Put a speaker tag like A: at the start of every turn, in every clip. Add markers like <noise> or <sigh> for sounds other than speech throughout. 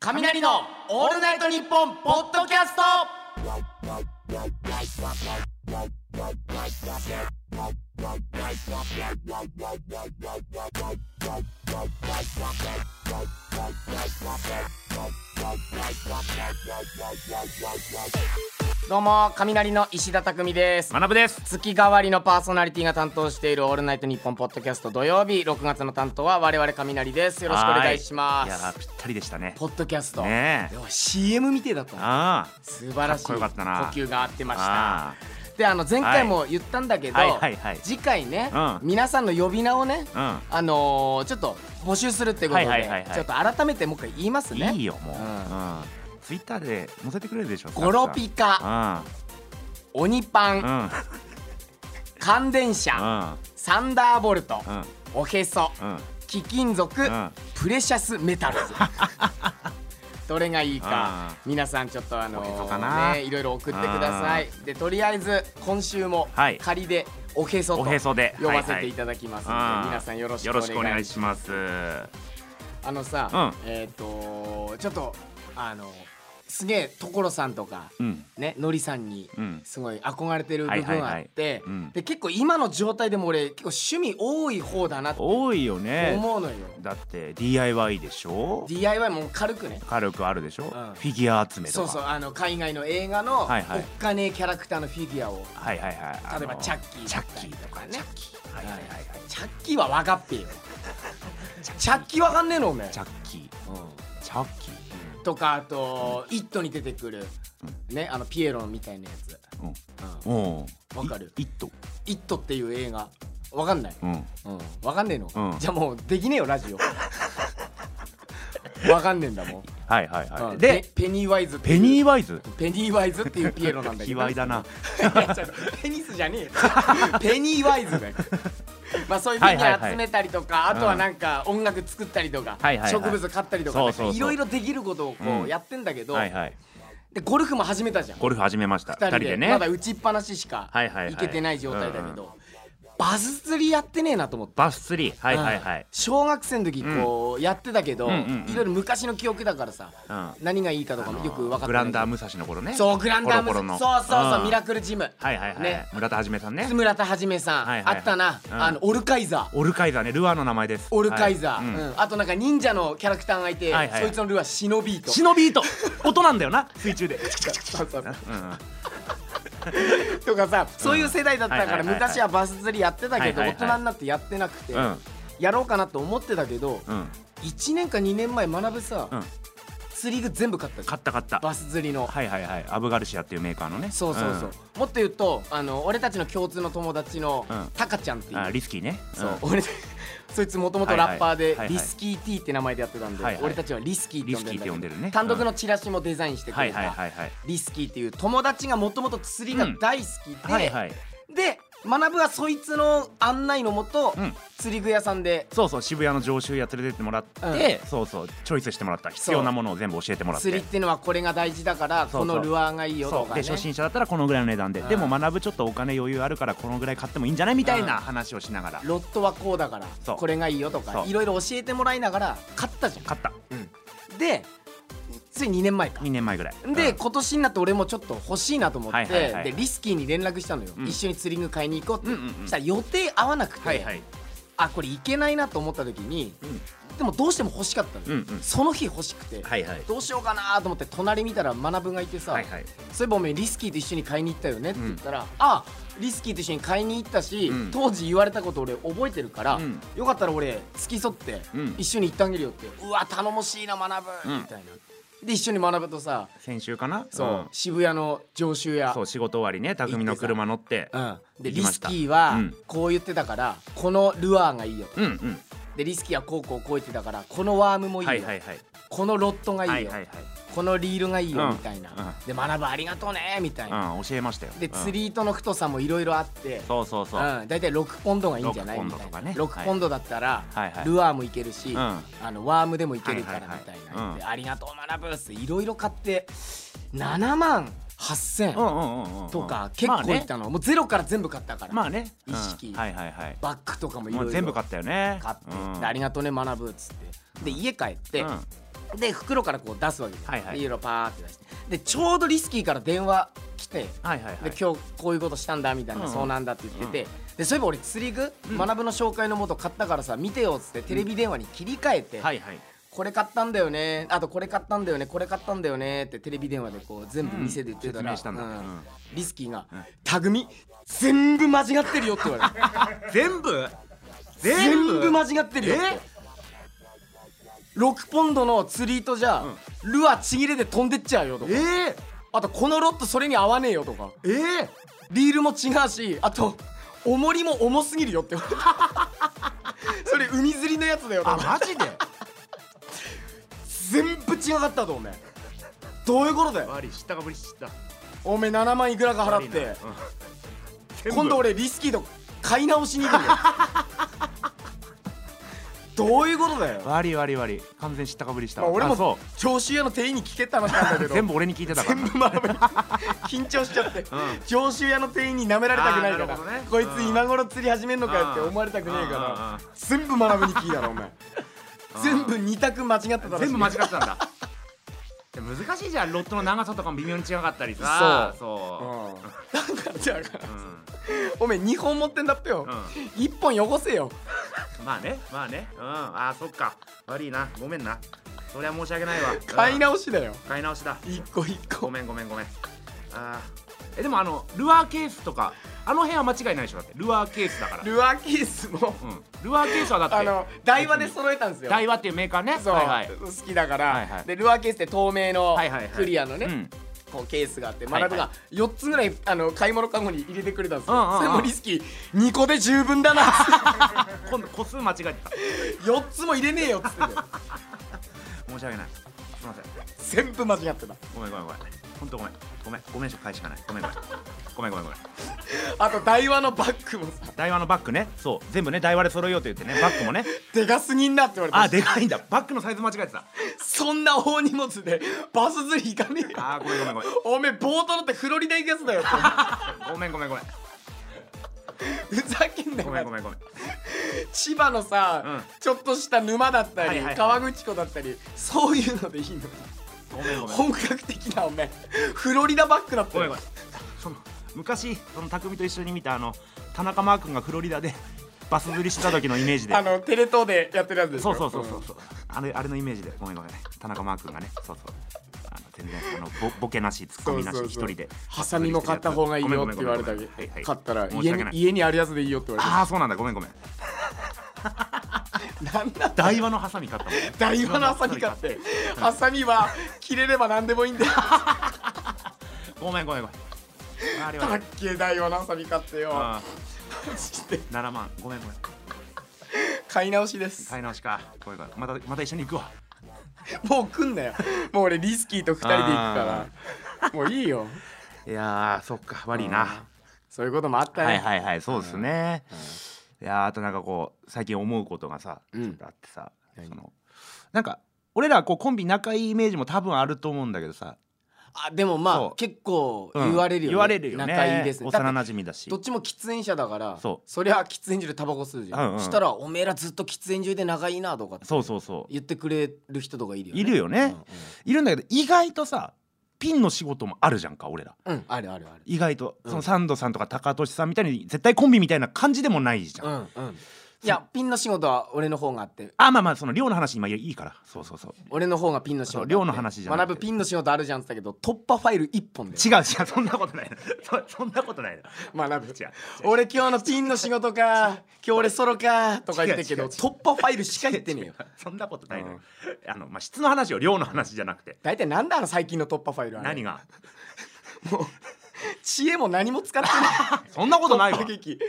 A: 雷のオールナイトニッポンポッドキャストどうも雷の石田匠です
B: 学ぶです
A: 月替わりのパーソナリティが担当している「オールナイトニッポン」ポッドキャスト土曜日6月の担当は我々雷ですよろしくお願いしま
B: はーいいやー
A: す
B: ぴったりでしたね
A: ポッドキャスト、
B: ねえ
A: よし CM みてえだったな
B: ああ
A: 素晴らしい
B: かっこよかったな
A: 呼吸が合ってました
B: あ
A: であの前回も言ったんだけど、
B: はいはいはい
A: 次回ね、
B: うん
A: 皆さんの呼び名をね、
B: あ
A: あのーちょっと募集するってことで、
B: はいはいはいはい
A: ちょっと改めてもう一回言います
B: うん
A: ね
B: いいよもう、
A: う
B: うんんツイッターで載せてくれるでしょ
A: ゴロピカ
B: カ
A: 鬼パン、
B: うんうんうん
A: 乾電車、サンダーボルト、
B: うん
A: おへそ、
B: うん
A: 貴金属、
B: うん
A: プレシャスメタ
B: <laughs>
A: ルどれがいいか皆さんちょっとあの
B: おへそかな
A: ねいろいろ送ってくださいでとりあえず今週も
B: はい
A: 仮でおへそと
B: おへそで
A: 呼ばせていた
B: だ
A: だきますので、
B: はいはいうん
A: 皆さんよろしく
B: よ
A: お願
B: ろ
A: い
B: し
A: し
B: くお願
A: ま
B: い
A: す
B: します
A: あのさ、
B: う
A: えっ、とちょっとあのすげえ所さんとか
B: うん
A: ねのりさんに
B: うん
A: すごい憧れてる部分あって
B: はいはいはいうん
A: で結構今の状態でも俺結構趣味多い方だなって
B: 多いよね
A: 思うのよ、
B: だって DIY でしょ
A: DIY も軽くね
B: 軽くあるでしょ、
A: ん
B: フィギュア集めと
A: そ
B: か
A: うそうあの海外の映画のお
B: はいはい
A: っかねえキャラクターのフィギュアを
B: はいはいはい
A: 例えば
B: あの
A: チャッキー
B: チャッキーとか
A: ね
B: チャッキーはいはいはいはい
A: チャッキーは分かっ
B: <laughs>
A: ぺよチャッキー分かんねえのおめえ
B: チャッキーチャッキー
A: とかあと「イット!」に出てくるねあのピエロみたいなやつ
B: うん
A: 「
B: うん
A: わかる
B: い一頭
A: イット!」っていう映画分かんない
B: うん
A: うん分かんねえの
B: うん
A: じゃあもうできねえよラ
B: <laughs>
A: ジオ分かんねえんだもん
B: はいはいは
A: う
B: い
A: ん
B: で
A: ペペニーワイズっていう
B: ペニーワイズ
A: ペニーワイズっていうピエロなんだけ
B: <laughs> 卑
A: ど
B: 猥だない
A: <laughs> やちょっとペニスじゃ
B: <laughs>
A: ねえよペニーワイズだよまあそういうふう
B: はい
A: に
B: はいはい
A: 集めたりとか、あとはなんか音楽作ったりとか、
B: はいはいはい
A: 植物買ったりとか
B: そうそうそう
A: いろいろできることをこ
B: う
A: うんやってんだけど、
B: はいはい
A: でゴルフも始めたじゃん
B: ゴルフ始めました
A: 二
B: 二
A: 人
B: 人
A: で
B: でね
A: まだ打ちっぱなししか
B: はいはいはい
A: 行けてない状態だけど、
B: うんう
A: バス釣りやってねえなと思って。
B: バス釣りはいはいは
A: うん
B: い
A: 小学生の時こうやってたけど、
B: うんうんうん
A: いろいろ昔の記憶だからさ、
B: う
A: 何がいいかとかもよく分かってないけど
B: グランダー武蔵の頃ね
A: そうグランダーム
B: コロコロの
A: そうそうそう、
B: ん
A: ミラクルジム
B: はいはいは
A: ね
B: い村田はじめさんね
A: 村田はじめさん、
B: はいはいはい
A: あったな、
B: うん
A: あのオルカイザー
B: オルカイザーねルアーの名前です
A: オルカイザー、
B: はいうん
A: うんあとなんか忍者のキャラクターがいて、
B: はいはいはい
A: そいつのルーはシノビート
B: シノビート音なんだよな水
A: <laughs>
B: 中で
A: そうそう
B: うんうん
A: とかさそういう世代だったから、
B: はいはいはいはい
A: 昔はバス釣りやってたけど、
B: はいはいはい
A: 大人になってやってなくて、
B: うん
A: やろうかなと思ってたけど、
B: うん
A: 1年か2年前学ぶさ、
B: うん
A: 釣り具全部買ったじゃん
B: 買った買った
A: バス釣りの、
B: はいはいはいアブガルシアっていうメーカーのね
A: そうそうそう、もっと言うとあの俺たちの共通の友達の、
B: うん
A: タカちゃんってい
B: ん
A: う
B: あリスキーね
A: そう、
B: ん
A: 俺た <laughs> そいつもともとラッパー
B: は
A: で
B: いはいはいはい
A: リスキー T って名前でやってたんで、
B: はいはい
A: 俺たちはリスキーって呼んで
B: リスキーって呼
A: ん
B: ん
A: だ
B: で
A: け
B: る
A: ど、
B: ね
A: 単独のチラシもデザインしてく
B: は
A: れ
B: いはい
A: た
B: はいはい
A: リスキーっていう友達がもともと釣りが大好きで、
B: はいはい
A: で学ぶはそいつの案内のもと、
B: うん
A: 釣り具屋さんで
B: そうそう渋谷の常習や連れてってもらって、そうそうチョイスしてもらった必要なものを全部教えてもらって
A: 釣りっていうのはこれが大事だから
B: そうそう
A: このルアーがいいよと
B: そう
A: か
B: で
A: ね
B: 初心者だったらこのぐらいの値段で、
A: うん
B: でも学ぶちょっとお金余裕あるからこのぐらい買ってもいいんじゃないみたいな
A: うん
B: 話をしながら、
A: ロットはこうだから
B: そう
A: これがいいよと
B: そ
A: か
B: う
A: いろいろ教えてもらいながら買ったじゃ
B: 買った
A: んでつい2年前か
B: 2年前ぐらい
A: で、
B: うん
A: 今年になって俺もちょっと欲しいなと思って、
B: はいはいはい
A: でリスキーに連絡したのよ、
B: うん
A: 一緒に釣り具買いに行こうって、
B: うんうんうん
A: したら予定合わなくて、
B: はいはい
A: あこれ行けないなと思った時に
B: うん
A: でもどうしても欲しかったのよ、
B: うんうん
A: その日欲しくて、
B: はいはい
A: どうしようかなと思って隣見たら学ぶがいてさ、
B: はいはい
A: そういえばおめえリスキーと一緒に買いに行ったよねって言ったら、あリスキーと一緒に買いに行ったし、
B: うん
A: 当時言われたこと俺覚えてるから、
B: うん
A: よかったら俺付き添って
B: うん
A: 一緒に行ってあげるよって、うわ頼もしいな学ぶ、
B: うん
A: みたいなで一緒に学ぶとさ
B: 先週かな
A: そう、
B: うん
A: 渋谷の常習屋
B: そう仕事終わりね匠の車乗って
A: うん、で
B: 行
A: リ
B: きま
A: ス
B: した
A: キーは
B: うん
A: こう言ってたから、このルアーがいいよ
B: うんうん
A: でリスキーはこうこうこう言ってたからこのワームもいいよ、
B: はいはいはい
A: このロットがいいよ、
B: はいはいはい
A: このリールがいいよ、
B: うん
A: みたいな、
B: うん
A: で学ぶありがとうねみたいな、
B: うん教えましたよ
A: で
B: うん
A: 釣り糸の太さもいろいろあって、
B: そうそうそう、
A: うん、大体6ポンドがいいんじゃない
B: 6
A: みたい
B: ポンド
A: な、
B: とかね
A: 6ポンドだったら、
B: はいはい
A: ルアーもいけるし、
B: うん
A: あのワームでもいけるからみ
B: はいはい
A: たいな、
B: はいうん
A: でありがとう学ぶっすいろいろ買って7万8000、
B: うんうんうんうん
A: とか結構いったの、もうゼロから全部買ったから、
B: まあね,、まあねう
A: 一
B: ん、
A: 式
B: はいはいはい
A: バッグとかもいろい
B: も
A: ろ
B: う全部買ったよね
A: 買って、
B: うん
A: でありがとうね学ぶっつってで家帰って、
B: うん
A: で袋からこう出すわけです、
B: はいはい
A: ビールをパーって出してでちょうどリスキーから電話来て、
B: はいはいはい
A: で今日こういうことしたんだみたいな、
B: うんうん
A: そうなんだって言ってて、でそういえば俺釣り具、学ぶの紹介のもと買ったからさ見てよっつってテレビ電話に切り替えて、
B: はいはい
A: これ買ったんだよねあとこれ買ったんだよねこれ買ったんだよねってテレビ電話でこう全部店で言ってたら、
B: うん説明したんだ
A: う
B: うん
A: リスキーが
B: ん
A: 「タグミ全部間違ってるよ」って言われて
B: 全部 <laughs>
A: 全部間違ってるよって6ポンドの釣り糸じゃ、ルアーちぎれて飛んでっちゃうよとか
B: えー、
A: あとこのロットそれに合わねえよとか
B: えー、
A: リールも違うしあと重りも重すぎるよって言わ
B: <laughs>
A: れてそれ海釣りのやつだよとか
B: あマジで
A: 全部違かったとおめえどういうことだよ
B: 悪い知ったかぶり知った
A: おめえ7万いくらか払って
B: 全部
A: 今度俺リスキーと買い直しに行くん
B: <laughs>
A: だよどういうことだよ、ま
B: 悪い悪い悪い完全に知ったかぶりした
A: あ、
B: わ
A: 俺も
B: あそ
A: 教習屋の店員に聞けって話なんだけ
B: う
A: ど
B: 全部俺に聞いてたから
A: 全部学ぶ <laughs> 緊張しちゃって、教習屋の店員に舐められたくないか
B: あーなる
A: ら、
B: ほどね
A: こいつ今頃釣り始めんのかよって
B: うん
A: 思われたくねえ
B: うんうんう
A: か
B: ん
A: ら全部学ぶに聞いたろお前全部2択間違ってたらしい
B: 全部間違ってたんだ <laughs> でも難しいじゃんロットの長さとかも微妙に違かったりさそ
A: うんだからじゃあ
B: う、うん
A: おめえ2本持ってんだっぺよ、
B: う
A: 一1本汚せよ
B: まあねまあねうんあーそっか悪いなごめんなそりゃ申し訳ないわ
A: 買い
B: うん
A: 直しだよ
B: 買い直しだ
A: 1個1
B: ご
A: 個
B: めんごめんごめんあーえでもあのルアーケースとかあの辺は間違いないでしょだってルアーケースだから
A: ルアーケースも
B: うん、ルアーケースはだって
A: あの台話で揃えたんですよ
B: ダイワっていうメーカーね
A: そう、
B: はいはい
A: 好きだから、
B: はいはい
A: でルアーケースって透明の
B: はいはいはい
A: クリアのね、
B: うん
A: こうケースがあって
B: は
A: マ
B: いは
A: ラ
B: い
A: ブが4つぐらいあの買い物カゴに入れてくれたんですよ、
B: うんうんうん
A: それもリスキー2個で十分だな
B: 今度個数間違えてた
A: <laughs> 4つも入れねえよっつってんだよ <laughs>
B: 申し訳ないすいません
A: 全部間違ってた
B: ごめんごめんごめん本当ごめんごめんごめんしか返しかないごめんごめんごめんごめんごめん
A: あと台湾のバッグもさ
B: ダイワのバッグねそう全部ねダイワで揃えようと言ってねバッグ
A: <laughs>
B: もね
A: でかすぎんなって言われた
B: あでかいんだバッグのサイズ間違えてた
A: そんな大荷物でバス釣り行かねえよ
B: あーごめんごめんごめん
A: おめえボート乗ってフロリダ行くやつだよって
B: <laughs> ごめんごめんごめん
A: ふざけんなよ
B: ごめんごめんごめん
A: 千葉のさ、
B: うん
A: ちょっとした沼だったり、
B: はいはいはい
A: 川口湖だったりそういうのでいいのに
B: ごめんごめん
A: 本格的なおめえフロリダバッグだった
B: ごめんご
A: よ
B: めんその昔その匠と一緒に見たあの田中マー君がフロリダでバス釣りしてた時のイメージで
A: あのテレ東でやってるやつです
B: そ
A: よ
B: うそうそうそうそう、あれあれのイメージでごめんごめん田中マー君がねそうそうあの全然あのボボケなしツッコミなし
A: そう
B: 一
A: そうそう
B: 人で
A: ハサミも買った方がいいよって言われたり
B: ごめんごめんごめんはいはい
A: 買ったら
B: 申し
A: 家に
B: 訳ない
A: 家にあるやつでいいよって言われ
B: ああそうなんだごめんごめん
A: たなんだ
B: 台話のハサミ買ったもんね
A: <laughs> 台湾のハサミ買ってハサミは切れれば何でもいいんだよ
B: ごめんごめんごめんあれ
A: た
B: は
A: っけ台湾のハサミ買ってよ
B: あ
A: して
B: ー7万ごめんごめん
A: 買い直しです
B: 買い直しかごめんごめんまたまた一緒に行くわ
A: もう来んなよもう俺リスキーと2人で行くからもういいよ
B: いやーそっか悪い
A: うんそういうこともあった
B: はい
A: ね
B: はいはいそうですね、いやーあとなんかこう最近思うことがさ、
A: うん
B: ちょっとあってさ
A: 何
B: そのなんか俺らこうコンビ仲いいイメージも多分あると思うんだけどさ、
A: あでもま
B: そ
A: あ
B: う
A: 結構
B: うん
A: 言われるよね
B: 言われるよね
A: 仲いいですねだって
B: 幼馴染みだし
A: どっちも喫煙者だから
B: そ
A: りゃ喫煙所でタバコ吸うじゃん、
B: うんうん
A: したら「おめえらずっと喫煙所で仲いいな」とかって
B: そうそうそう
A: 言ってくれる人とかいるよね
B: いるよね
A: うん
B: いるんだけど意外とさピンの仕事もあるじゃんか俺ら
A: うん、うんあるあるある
B: 意外と
A: うん
B: そのサンドさんとか高俊さんみたいに絶対コンビみたいな感じでもないじゃん、
A: うんうんいやピンの仕事は俺の方があって
B: あまあまあその寮の話今いいからそうそうそう
A: 俺の方がピンの仕事あって
B: そう寮の話じゃなくて
A: 学ぶピンの仕事あるじゃんって言ったけど突破ファイル一本で
B: 違う違うそんなことないの <laughs> そそんなことないの
A: 学ぶ
B: 違う
A: 俺今日のピンの仕事か今日俺ソロかとか言ってるけど
B: 違う違う違
A: 突破ファイルしか言ってねえよ
B: そんなことないのよ
A: うん。
B: あのまあ質の話よ、量の話じゃなくて。
A: 大体なんだあの最近の突破ファイルは
B: 何が？
A: 知恵も何も使ってない
B: <laughs> そんなことないわ
A: 突破。劇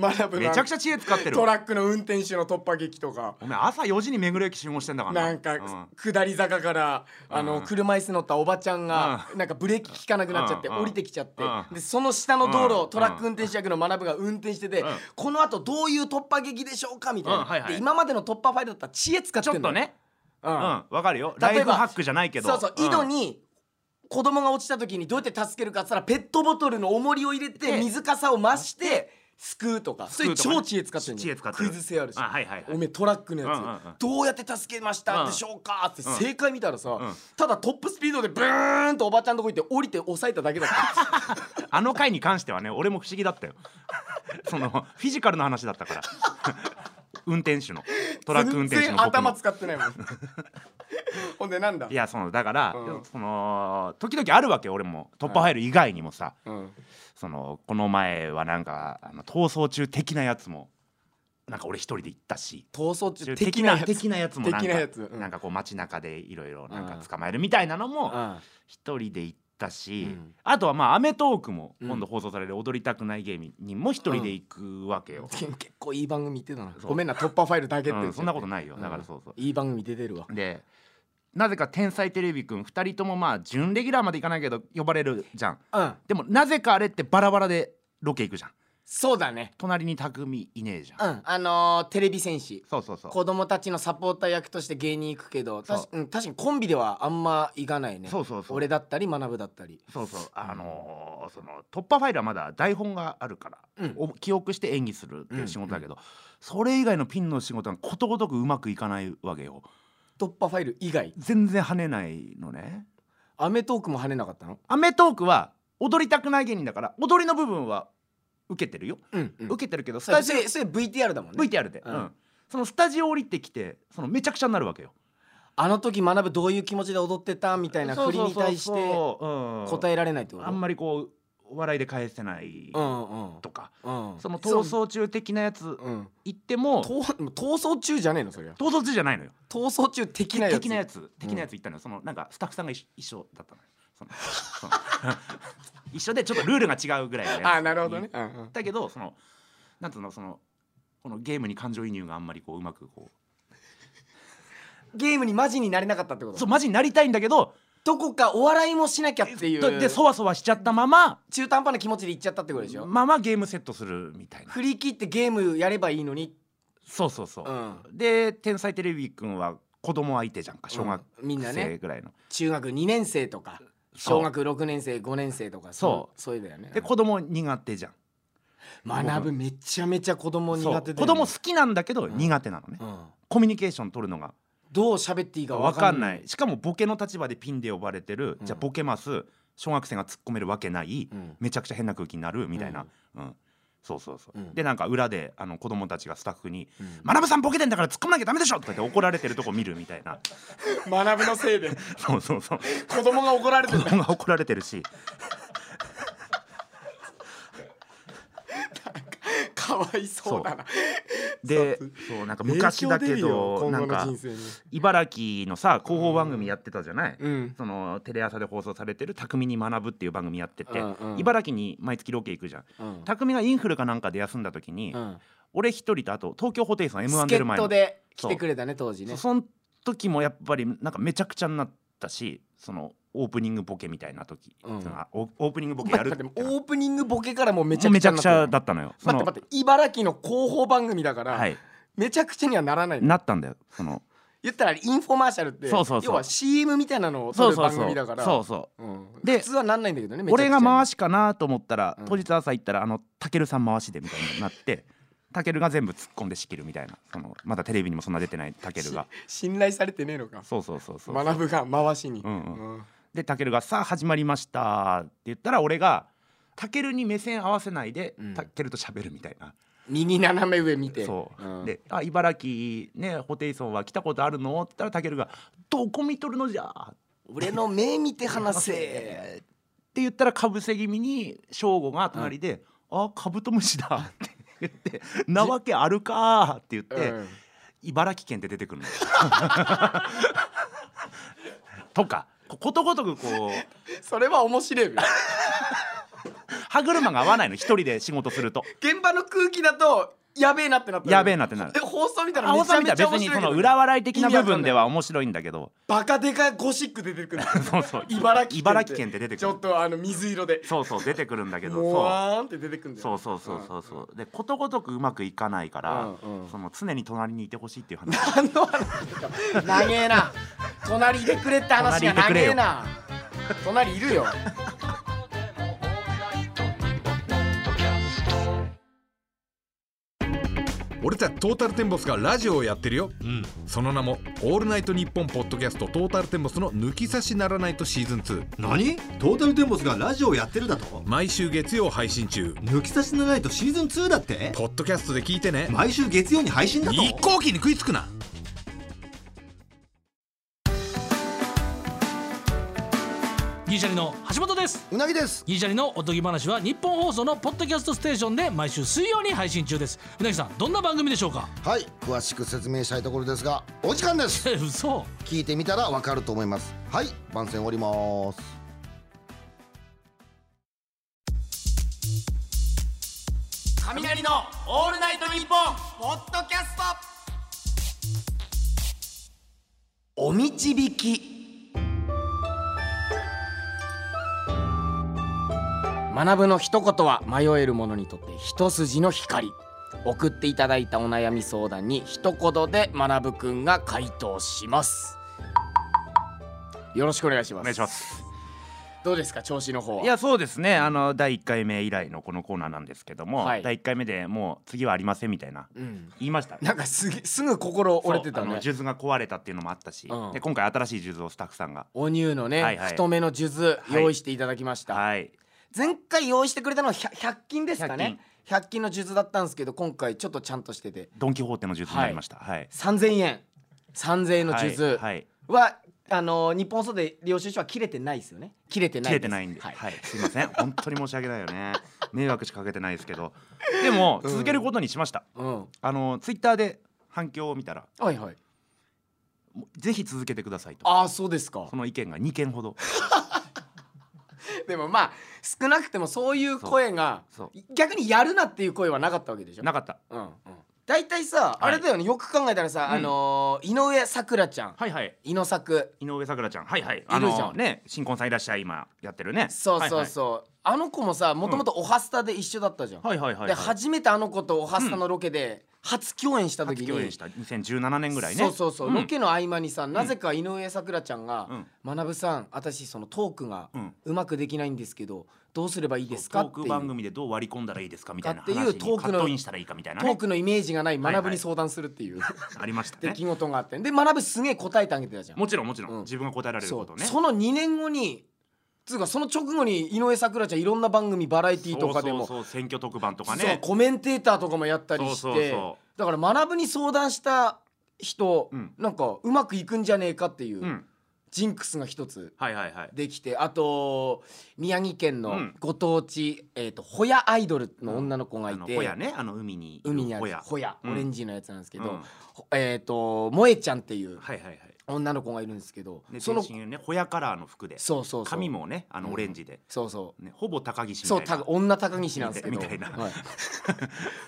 A: 学ぶ
B: めちゃくち
A: ゃ
B: ゃ知恵使ってる
A: ト
B: わ。
A: ラックの運転手の突破劇とか
B: お前朝4時に目黒駅集合してんだから
A: なん
B: う
A: か下り坂からあの車椅子乗ったおばちゃんがなんかブレーキ効かなくなっちゃって
B: うん
A: 降りてきちゃって
B: うん
A: でその下の道路
B: う
A: を
B: ん
A: トラック運転手役の学が運転してて
B: うん
A: このあとどういう突破劇でしょうかみたい
B: うんはい
A: な
B: はい
A: で今までの突破ファイルだったら知恵使っ
B: ち
A: てん
B: ょっ
A: のよ
B: とね。
A: う
B: うんん、わかるよ。
A: 例えば
B: ライフハックじゃないけど。
A: そうそう井戸
B: ん
A: に子供が落ちた時にどうやって助けるかっつったらペットボトルの重りを入れて
B: で
A: 水かさを増してすくうとかそ
B: く
A: れ
B: うとかね
A: 超知恵使ってる
B: 知恵使ってる
A: クイズ性あるし
B: あはいはいはい
A: おめえトラックのやつ、
B: うんうんうん
A: どうやって助けましたでしょうかって正解見たらさ、
B: ん
A: ただトップスピードでブーンとおばちゃんのとこ行って降りて押さえただけだった
B: あの回に関してはね俺も不思議だったよ <laughs> そのフィジカルの話だったから <laughs> 運転手の <laughs> トラック運転手
A: 全
B: の
A: 然
B: 僕の
A: 頭使ってない
B: <laughs>
A: もんほんでなんだ
B: いやそのだから、
A: うん
B: その時々あるわけよ俺も突破ファイル以外にもさ、
A: うん
B: そのこの前はなんかあの逃走中的なやつもなんか俺一人で行ったし
A: 逃走中
B: 的
A: 的
B: な
A: な
B: 的なやつもなんか
A: 的なやつうん
B: なんかこう街中でいろいろなん
A: うん
B: か捕まえるみたいなのも
A: あ
B: 一人で行ったし、
A: うん
B: あとはまあ『アメトーーク』も
A: うん
B: 今度放送される「踊りたくない芸人」にも一人で行くわけよ。
A: 結構いい番組見てたな
B: そう
A: ごめんな突破ファイルだけって、
B: うんそんなことないよだからそうそう
A: いい番組出てるわ
B: でなぜか「天才テレビくん」2人ともまあ準レギュラーまでいかないけど呼ばれるじゃん。
A: うん
B: でもなぜかあれってバラバラでロケ行くじゃん。
A: そうだね
B: 隣に匠いねえじゃん。
A: うんあのーテレビ戦士
B: そうそうそう。
A: 子供たちのサポーター役として芸人行くけど
B: そう
A: 確,、うん、確かにコンビではあんま行かないね
B: そうそうそう
A: 俺だったり学ぶだったり
B: そうそうあのーその突破ファイルはまだ台本があるから、
A: うん
B: お記憶して演技するっていう仕事だけど、それ以外のピンの仕事はことごとくうまくいかないわけよ
A: 突破ファイル以外
B: 全然跳ねないのね
A: アメトークも跳ねなかったの
B: 『アメトーーク』は踊りたくない芸人だから踊りの部分は受けてるよ、
A: うん、うん、
B: 受けてるけどス
A: それ
B: タジ
A: そ
B: オ、
A: れそれ VTR だもんね、
B: VTR で、
A: う
B: うんんそのスタジオ降りてきてそのめちゃくちゃになるわけよ
A: あの時学ぶどういう気持ちで踊ってたみたいな
B: そ
A: 振
B: う
A: り
B: そう
A: に
B: そう
A: 対して
B: そううん
A: 答えられないってこと
B: あんまりこう笑いで返せない
A: うんうん
B: とか、
A: うん
B: その逃走中的なやつ
A: そううん
B: 行っても
A: 逃逃走中じゃねえのそりゃ
B: 逃走中じゃないのよ
A: 逃走中的なやつ
B: 的なやつ的なやつ行ったのよそのなんかスタッフさんが一緒一緒だったのよそのその <laughs> 一緒でちょっとルールが違うぐらいのやつ
A: あなるほどね、うんうん、
B: だけどそのなんつうのそのこのゲームに感情移入があんまりこううまくこ
A: ゲームにマジになれなかったってこ
B: う
A: と
B: そうマジになりたいんだけど
A: どこかお笑いもしなきゃっていう
B: ででそわそわしちゃったまま
A: 中途半端な気持ちでいっちゃったってことでしょ、
B: ままゲームセットするみたいな
A: 振り切ってゲームやればいいのに、
B: そうそうそうう、
A: ん、
B: で「天才テレビくん」は子供相手じゃんか小学
A: うんみんなね
B: 生ぐらいの、
A: 中学2年生とか
B: そう
A: 小学6年生5年生とか
B: そう
A: そういうだよね
B: で子供苦手じゃん
A: 学ぶめちゃめちゃ子供苦手だ
B: そ
A: よ
B: う
A: ね
B: 子供好きなんだけど苦手なのね、
A: うん、
B: コミュニケーション取るのが
A: どう喋っていいか
B: わ
A: 分
B: か
A: か
B: ん
A: ん
B: な
A: ないい
B: しかもボケの立場でピンで呼ばれてる、
A: うん
B: じゃあボケます小学生が突っ込めるわけない、
A: うん
B: めちゃくちゃ変な空気になるみたいな、うんそうそうそう、
A: うん
B: でなんか裏であの子供たちがスタッフに
A: うん
B: 「まなぶさんボケてんだから突っ込まなきゃダメでしょ!」とか言って怒られてるとこ見るみたい
A: <laughs>
B: な
A: 学ぶのせい <laughs> で
B: そうそうそう
A: 子供が怒られて
B: 子
A: る
B: 供が怒られてるし
A: かわいそうだな
B: で
A: そう
B: そうなんか昔だ
A: 影響
B: け
A: 出るよ
B: ど
A: 今
B: な
A: 後
B: ん
A: の
B: か
A: 人生に
B: 茨城のさ広報番組やってたじゃない、
A: うん
B: そのテレ朝で放送されてる「匠に学ぶ」っていう番組やってて、
A: うんうん
B: 茨城に毎月ロケ行くじゃん。
A: うん
B: 匠がインフルかなんかで休んだ時に、
A: うん
B: 俺一人とあと東京ホテイソン m 1
A: 助
B: 出
A: っ
B: る前
A: 人
B: の、
A: で来てくれたね当時ね
B: そその時もやっぱりなんかめちゃくちゃになったしそのオープニングボケみたいな時、
A: うん
B: そのあオオープニングボケや
A: <laughs>
B: るって
A: 待って待ってオープニングボケからもうめちゃ
B: め
A: く
B: ち
A: ちゃ
B: ゃ
A: になっ
B: くち
A: てる
B: ゃだったのよそ
A: 待っ
B: の
A: て待って茨城の広報番組だから、
B: はい
A: めちゃくちゃにはならない
B: なったんだよその
A: 言ったらインフォマーシャルって
B: そうそうそ
A: 要
B: う
A: は CM みたいなのを撮
B: そう
A: る
B: そう
A: 番
B: そう
A: 組だから
B: そうそう
A: うん
B: で
A: 普通はなんないんだけどねめちゃくちゃ
B: 俺が回しかなと思ったら、
A: うん
B: 当日朝行ったらあのたけるさん回しでみたいになってたけるが全部突っ込んで仕切るみたいなそのまだテレビにもそんな出てないたけるが
A: 信頼されてねえのか
B: そうそうそうそう
A: 学ぶが回しに、
B: うんうん
A: ん
B: でたけるが「さあ始まりました」って言ったら俺がたけるに目線合わせないで
A: うん
B: たけると喋るみたいな、
A: 右斜め上見て
B: そう、
A: ん
B: で「あ茨城ねホテイソンは来たことあるの?」って言ったらたけるが「どこ見とるのじゃ」っ
A: 俺の目見て話せ
B: て言ったらかぶせ気味に省吾が隣で「あカブトムシ
A: <laughs>
B: だ」って言って「なわけあるか」って言って、
A: うん
B: 茨城県って出てくるの。 <laughs> とかこことごとくこう。
A: それは面白いよ
B: 歯車が合わないの一人で仕事すると
A: 現場の空気だとやべえなってなった
B: やべえなってなる
A: え放送見たら
B: 青
A: めちゃ
B: さみ
A: め
B: た
A: ちゃ
B: ら
A: 面
B: 別に
A: 白いけ
B: その
A: ど
B: 裏笑い的な部分
A: 意味
B: で
A: わかんない
B: は面白いんだけど
A: バカでかいゴシック出て
B: <laughs>
A: くる
B: そうそう
A: 茨城県って
B: 茨城県って出てく
A: ちょっ
B: る
A: とあの水色で
B: そうそう出てくるんだけど
A: もわーんって出てくるんだよ
B: そうそうそうそうそうそうでことごとくうまくいかないから
A: うんうん
B: その常に隣にいてほしいっていう話
A: 何の話だよ長えな隣いてくれって話が長えな隣いるよ
C: 俺たちトータルテンボスがラジオをやってるよ
D: うん
C: その名も「オールナイトニッポン」ポッドキャストトータルテンボスの抜き差しならないとシーズン2
D: 何トータルテンボスがラジオをやってるだと
C: 毎週月曜配信中
D: 抜き差しならないとシーズン2だって
C: ポッドキャストで聞いてね
D: 毎週月曜に配信だと
C: 一向機に食いつくな
E: ギリシャリの橋本です
F: うなぎです
E: ギリシャリのおとぎ話は日本放送のポッドキャストステーションで毎週水曜に配信中ですうなぎさんどんな番組でしょうか
F: はい詳しく説明したいところですがお時間です
E: え嘘
F: 聞いてみたらわかると思いますはい番宣終わります
A: 雷のオールナイトニッポンポッドキャスト
D: お導き
A: 学ぶの一言は迷える者にとって一筋の光送っていただいたお悩み相談に一言で学ぶくんが回答しますよろしくお願いします
B: お願いします
A: どうですか調子の方はい
B: やそうですねあの第1回目以来のこのコーナーなんですけども、
A: はい
B: 第1回目でもう次はありませんみたいな
A: うん、
B: 言いました
A: <laughs> なんかすげすぐ心折れてた
B: そうあ
A: ね
B: の数珠が壊れたっていうのもあったし、
A: うん
B: で今回新しい数珠をスタッフさんが
A: お乳のね、
B: はいはい
A: 太めの数珠用意していただきました、
B: はい
A: 前回用意してくれたのは 100, 100均ですかね100均の数珠だったんですけど今回ちょっとちゃんとしてて
B: ドン・キホーテの数珠になりましたはい、
A: 3000円3000円の
B: はい
A: 数珠、
B: はい
A: はあの日本放送で領収書は切れてないですよね切れてない
B: 切れてないんで、はい、すいません、 <laughs> 本当に申し訳ないよね。迷惑しかけてないですけど、でも続けることにしました。
A: うん、
B: あのツイッターで反響を見たら、
A: はいはい
B: もうぜひ続けてくださいと。
A: ああそうですか
B: その意見が2件ほど。
A: でもまあ少なくてもそういう声が
B: そうそ
A: 逆にやるなっていう声はなかったわけでしょ
B: なかった。
A: うんうん大体さ、
B: はい
A: あれだよねよく考えたらさ、
B: うん
A: あのー井上咲楽ちゃん、
B: はいはい。
A: 井野作
B: 井上咲楽ちゃん、はいはい。
A: ゃん
B: あのね、新婚さんいらっしゃい今やってるね。
A: そうそうそう、あの子もさもともと「おはスタ」で一緒だったじゃん、
B: はいはいはいはい
A: で
B: はい。
A: 初めてあの子と「おはスタ」のロケで初共演した時
B: 初
A: に
B: 共演した2017年ぐらいね。
A: そうそうそう、
B: ん
A: ロケの合間にさなぜか井上咲楽ちゃんが
B: うん
A: 「まなぶさん私そのトークが
B: うん
A: うまくできないんですけどどうすればいいです
B: ト
A: か?」
B: ー
A: ってい
B: ク
A: う
B: 番組でどう割り込んだらいいですかみたいな話に
A: かっていうトークの
B: カットインしたらいいかみたいな
A: ト
B: ね、
A: ークのイメージがない
B: はい
A: 学ぶに相談するって
B: <laughs>
A: いう
B: ありました
A: 出
B: ね
A: 来事があってで学ぶすげえ答えてあげてたじゃん。
B: もちろんもちろん、
A: うん
B: 自分が答えられる
A: そ
B: こ
A: う
B: とね
A: その2年後につうかその直後に井上咲楽ちゃんいろんな番組バラエティーとかでも
B: そうそうそう選挙特番とか
A: そう
B: ね
A: コメンテーターとかもやったりして
B: そうそうそ
A: だから学ぶに相談した人、
B: うん
A: なんかうまくいくんじゃねえかっていう、
B: うん
A: ジンクスが一つ
B: はいはいはい
A: できてあと宮城県
B: う
A: の
B: ん
A: ご当地、えー、とホヤアイドルの女の子が
B: あ
A: い
B: の
A: て、
B: ホヤねあの海にいる
A: 海にある
B: ホ
A: ホヤ
B: ヤはいうん
A: オレンジのやつなんですけど、
B: うん
A: ほえっ、と萌えちゃんっていう
B: はいはい
A: 女の子がいるんですけど、
B: で
A: そ
B: 全
A: の
B: 身ねホヤカラーの服で
A: そうそうそう
B: 髪もねあの
A: うん
B: オレンジで、
A: そうそう
B: ね、ほぼ高岸みた
A: そ
B: いうな
A: た女高岸なんですけど
B: みたいな
A: はい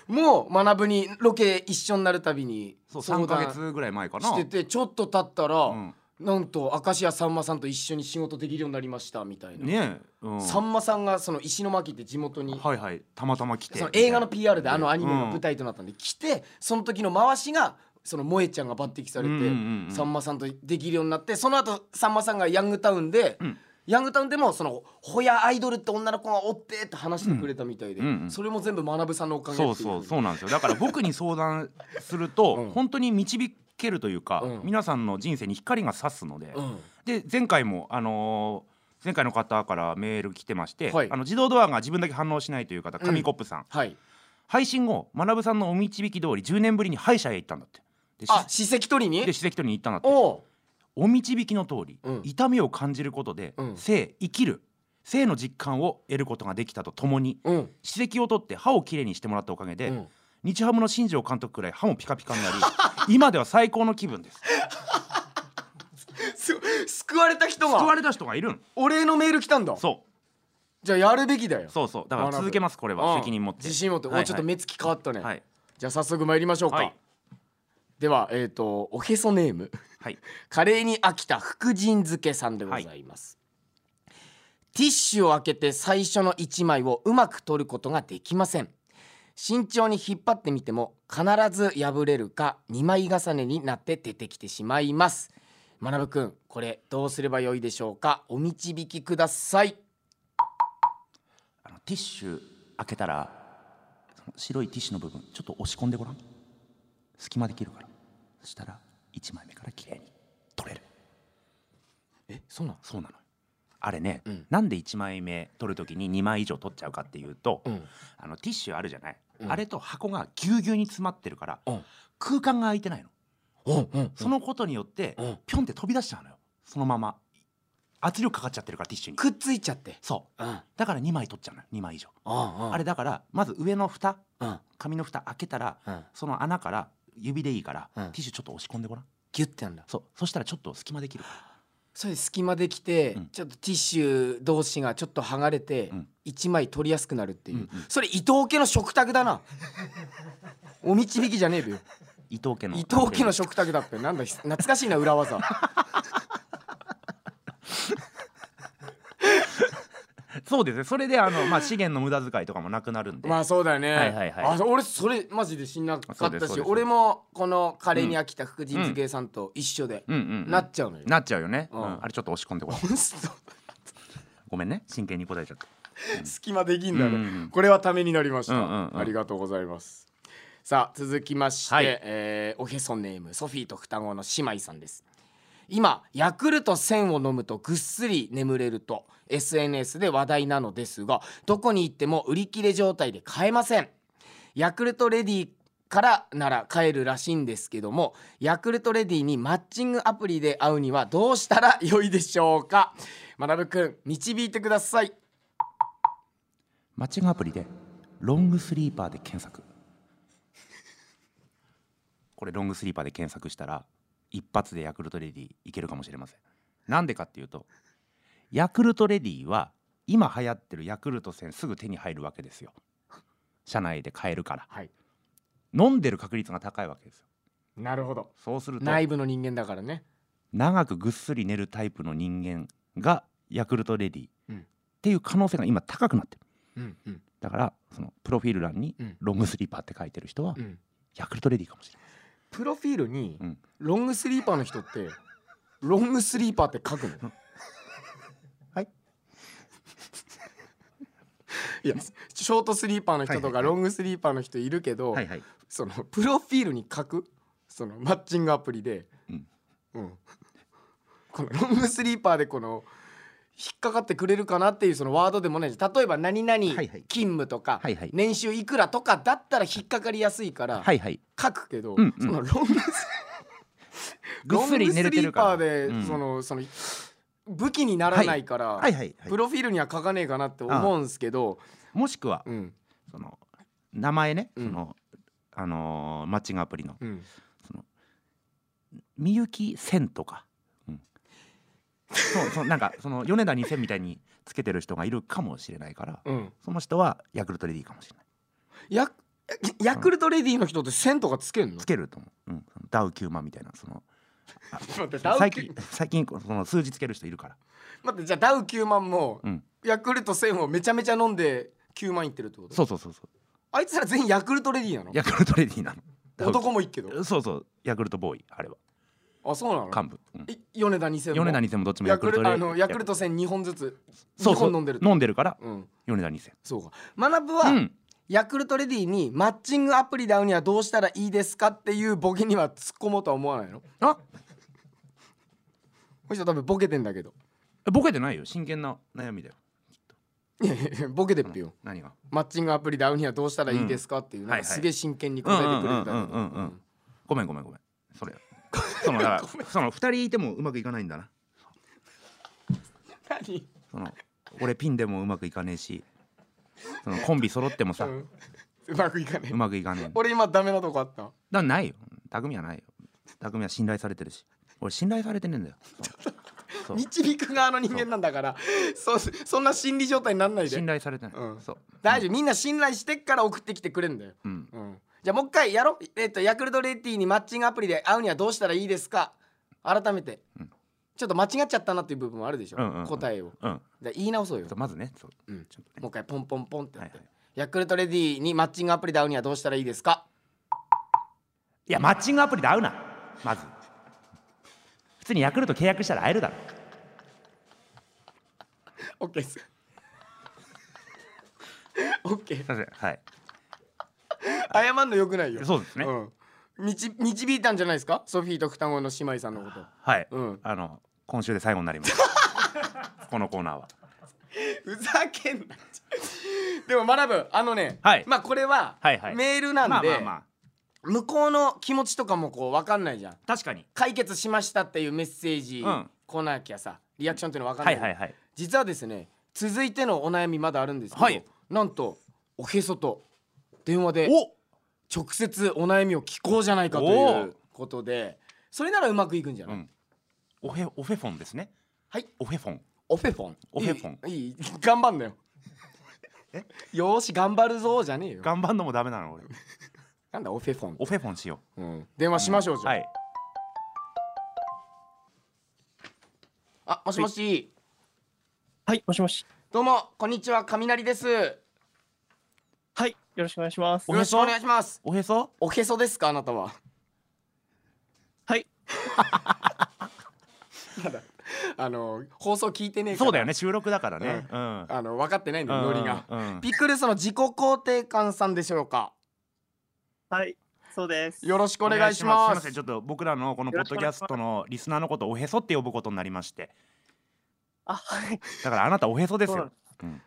A: もう学ぶにロケ一緒になるたびに
B: そう
A: 相
B: 3か
A: 談
B: 月ぐらい前かな
A: しててちょっと経ったら、
B: うん
A: なんと明石家さんまさんと一緒に仕事できるようになりましたみたいな、
B: ねえ、うん、
A: さんまさんがその石巻って地元に、
B: はいはいたまたま来て
A: その映画の
B: み
A: PR であのアニメの舞台となったんで、来てその時の回しがその萌えちゃんが抜擢されて、
B: うんうんうんうん
A: さんまさんとできるようになってその後さんまさんがヤングタウンで、
B: ん
A: ヤングタウンでもそのホヤアイドルって女の子がおってって話してくれたみたいで、
B: うんうんうん
A: それも全部学さんのおか
B: たい
A: げ
B: な
A: ってい
B: そううそうそううなんですよだから僕に相談すると、
A: <laughs> うん
B: 本当に導けるというか、
A: うん
B: 皆さんの人生に光が差すので、
A: ん
B: で前回もあのー前回の方からメール来てまして、
A: はい
B: あの自動ドアが自分だけ反応しないという方紙コップさん、
A: はい
B: 配信後学さんのお導き通り10年ぶりに歯医者へ行ったんだってで
A: あ
B: し
A: 史跡取り
B: で
A: に
B: 歯石取りに行ったんだって
A: おう
B: お導きの通り、
A: うん
B: 痛みを感じることで、
A: うん
B: 生生きる生の実感を得ることができたとともに
A: うん
B: 歯石を取って歯をきれいにしてもらったおかげで、
A: うん
B: 日ハムの新庄監督くらい歯もピカピカになり今では最高の気分です
A: <laughs> す救われた人
B: 救わ
A: が
B: れた人がいるん
A: お礼のメール来たんだ
B: そう
A: じゃあやるべきだよ
B: そうそうだから
A: 学ぶ
B: 続けますこれ
A: う
B: は
A: ん
B: 責任持って
A: 自信持って、
B: はいは
A: お
B: い
A: ちょっと目つき変わったね、
B: はい
A: じゃあ早速参りましょうか、
B: はい
A: ではえっ、とおへそネーム
B: はい
A: カレーに飽きた福神漬けさんでございます、ティッシュを開けて最初の1枚をうまく取ることができません慎重に引っ張ってみても必ず破れるか2枚重ねになって出てきてしまいますまなぶくんこれどうすればよいでしょうかお導きください
B: あのティッシュ開けたらその白いティッシュの部分ちょっと押し込んでごらん隙間で切るからそしたら1枚目から綺麗に取れる
A: えそうなの
B: そうなのよあれね、なんで1枚目取るときに2枚以上取っちゃうかっていうと、
A: ん
B: あのティッシュあるじゃない、あれと箱がぎゅうぎゅうに詰まってるから、
A: うん
B: 空間が空いてないの
A: うんうん
B: そのことによって、
A: うん
B: ピョンって飛び出しちゃうのよそのまま圧力かかっちゃってるからティッシュに
A: くっついちゃって
B: そう
A: うんうん
B: だから2枚取っちゃうのよ2枚以上、
A: うん
B: あれだからまず上の蓋
A: うん
B: 紙の蓋開けたら、
A: うん
B: その穴から指でいいから、
A: うん
B: ティッシュちょっと押し込んでごらん
A: ギュッてなんだ
B: そうそしたらちょっと隙間できるから
A: それで隙間できて、
B: うん
A: ちょっとティッシュ同士がちょっと剥がれて
B: うん
A: 一、枚取りやすくなるっていう、
B: うんうん
A: それ伊藤家の食卓だ
B: <laughs>
A: なお導きじゃねえべよ
B: 伊藤家の
A: 伊藤家の食卓だってなんだ懐かしいな裏
B: <laughs>
A: 技
B: そうですねそれであの、まあ、資源の無駄遣いとかもなくなるんで、
A: まあそうだよね、
B: はいはいはい
A: あ俺それマジで知んなか
B: そ
A: っ
B: うです
A: た
B: そう
A: し
B: です
A: 俺もこのカレーに飽きた福神漬けさんと一緒で、
B: うんうんうん
A: なっちゃうのよ、
B: なっちゃうよね、
A: うん
B: うんあれちょっと押し込んでごらん
A: <laughs>
B: ごめんね真剣に答えちゃって
A: 隙間できんだね、
B: うんうん
A: これはためになりました、
B: うんうんうん
A: ありがとうございますさあ続きまして、
B: はい
A: えーおへそネームソフィーと双子の姉妹さんです今ヤクルト1000を飲むとぐっすり眠れると SNS で話題なのですがどこに行っても売り切れ状態で買えませんヤクルトレディからなら買えるらしいんですけどもヤクルトレディにマッチングアプリで会うにはどうしたら良いでしょうかまなぶくん導いてください
B: マッチングアプリでロングスリーパーで検索これロングスリーパーで検索したら一発でヤクルトレディいけるかもしれませんなんでかっていうとヤクルトレディは今流行ってるヤクルト1000すぐ手に入るわけですよ社内で買えるから、
A: はい
B: 飲んでる確率が高いわけですよ
A: なるほど
B: そうすると
A: 内部の人間だからね
B: 長くぐっすり寝るタイプの人間がヤクルトレディ
A: うん
B: っていう可能性が今高くなってる
A: うんうん
B: だからそのプロフィール欄に
A: うん
B: ロングスリーパーって書いてる人は
A: うん
B: ヤクルトレディかもしれない
A: プロフィールに
B: うん
A: ロングスリーパーの人ってロングスリーパーって書くの
B: <laughs> はい
A: いやショートスリーパーの人とかロングスリーパーの人いるけど、
B: はい
A: その <laughs> プロフィールに書くそのマッチングアプリで、
B: うん
A: うん <laughs> このロングスリーパーでこの引っかかってくれるかなっていうそのワードでもないし例えば何々
B: はい
A: 勤務とか
B: はいはい
A: 年収いくらとかだったら引っかかりやすいから
B: はいはい
A: 書くけど、
B: うんうん
A: そのロングス
B: ぐっすり寝れてるか
A: ロ
B: ら
A: ングスリーパーで、
B: うん
A: そのその武器にならないから、
B: はいはいはい
A: プロフィールには書かねえかなって思うんすけど、
B: もしくは
A: うん
B: その名前ね
A: う
B: そ
A: ん
B: のあのーマッチングアプリの
A: うん、
B: みゆき千とかうんそうそうなんかその米田2000みたいにつけてる人がいるかもしれないから
A: うん、
B: その人はヤクルトレディかもしれない
A: ヤクヤクルトレディの人って線とかつけんの
B: つけると思う、うん、ダウ9万みたいなその
A: 待ってダウ
B: 最
A: キ
B: 近最近このその数字つける人いるから
A: 待ってじゃあダウ9万も、
B: うん
A: ヤクルト1000をめちゃめちゃ飲んで9万いってるってこと
B: そうそうそうそう
A: あいつら全員ヤクルトレディなの
B: ヤクルトレディなの
A: 男もいいけど
B: そうそうヤクルトボーイあれは
A: あそうなの
B: 幹部、うん
A: い米田2000も
B: 米田2000もどっちも
A: ヤ
B: ヤ
A: ク
B: クルト
A: ル
B: レ
A: あのヤクルト1000 2本ずつ
B: そ
A: 2
B: うそう
A: 本飲んでるって
B: 飲んでるから
A: うん
B: 米田2000
A: そうか学ぶは、
B: うん
A: ヤクルトレディにマッチングアプリで会うにはどうしたらいいですかっていうボケには突っ込もうとは思わないのこ
B: あ
A: の人多分ボケてんだけど
B: ボケてないよ真剣な悩みだよ
A: いやいやいやボケてっぴよ、
B: 何が
A: マッチングアプリで会うにはどうしたらいいですかっていう、
B: うん
A: なん
B: はい
A: か
B: はい
A: すげえ真剣に答えてくれるだ
B: うんうんうんうんうんごめんごめんごめんそれそのだ
A: <laughs>
B: からその2人いてもうまくいかないんだな
A: けど
B: その俺ピンでもうまくいかねえしそのコンビ揃ってもさ、
A: う
B: うん
A: <laughs> うまくいかねえ
B: まくいかねえ
A: 俺今ダメなとこあった
B: だないよ匠はないよ匠は信頼されてるし俺信頼されてねえんだよ
A: <laughs>
B: そう
A: 導く側の人間なんだから <laughs> そそんな心理状態になんないで
B: 信頼されてない、
A: うん
B: そう
A: 大丈夫みんな信頼してっから送ってきてくれんだよ、
B: うん
A: うん、じゃあもう一回やろうえっとヤクルトレディにマッチングアプリで会うにはどうしたらいいですか改めて、
B: うん
A: ちょっと間違っちゃったなっていう部分もあるでしょ、
B: うんうんうん
A: 答えを
B: うん
A: じゃあ言い直そうよ
B: そうまずねそ
A: う
B: う、
A: ん
B: ちょっとね
A: もう一回ポンポンポンってやって、
B: はいはい
A: ヤクルトレディにマッチングアプリで会うにはどうしたらいいですか
B: いやマッチングアプリで会うなまず普通にヤクルト契約したら会えるだろ
A: OK です <laughs> OK
B: すいませんはい
A: 謝んのよくないよ
B: そうですね
A: ん、みち導いたんじゃないですかソフィーと双子の姉妹さんのこと
B: はい、
A: うん
B: あの今週で最後になります
A: <laughs>
B: このコーナーは
A: ふざけんな <laughs> でも学ぶあのね、
B: はい
A: まあこれは
B: はいはい
A: メールなんで、
B: まあまあまあ
A: 向こうの気持ちとかもこう分かんないじゃん
B: 確かに
A: 解決しましたっていうメッセージ
B: うん
A: 来なきゃさリアクションっていうの分かん
B: は
A: ない、
B: いはいはい
A: 実はですね続いてのお悩みまだあるんですけど、
B: はい
A: なんとおへそと電話で
B: お
A: 直接お悩みを聞こうじゃないかということでそれならうまくいくんじゃない、
B: うんオフェオフェフォンですね
A: はい
B: オフェフォン
A: オフェフォン
B: オフェフォン
A: いいいい頑張んなよよーし頑張るぞじゃねえよ
B: 頑張んのもダメなの俺
A: なんだオフェフォン
B: オフェフォンしよ
A: うん、電話しましょう
B: う
A: じゃあ、
B: はい
A: あもしもし
G: はい、もしもし。
A: どうもこんにちは雷ですよ
G: はい、よろしくお願いします。
A: ろしくお願いします
B: おへそ
A: おへそですかあなたは <laughs>
G: はい、
A: あの放送聞いてねえから
B: そうだよね収録だからねうん
A: あの分かってないんだよノリが、
B: うんうん
A: ピクルスの自己肯定感さんでしょうか
G: はい、そうです。
A: よろしくお願いします
B: すいませんちょっと僕らのこのポッドキャストのリスナーのことをおへそって呼ぶことになりまして
G: あ、はい、
B: だからあなたおへそです
G: そうな
B: よ
G: んで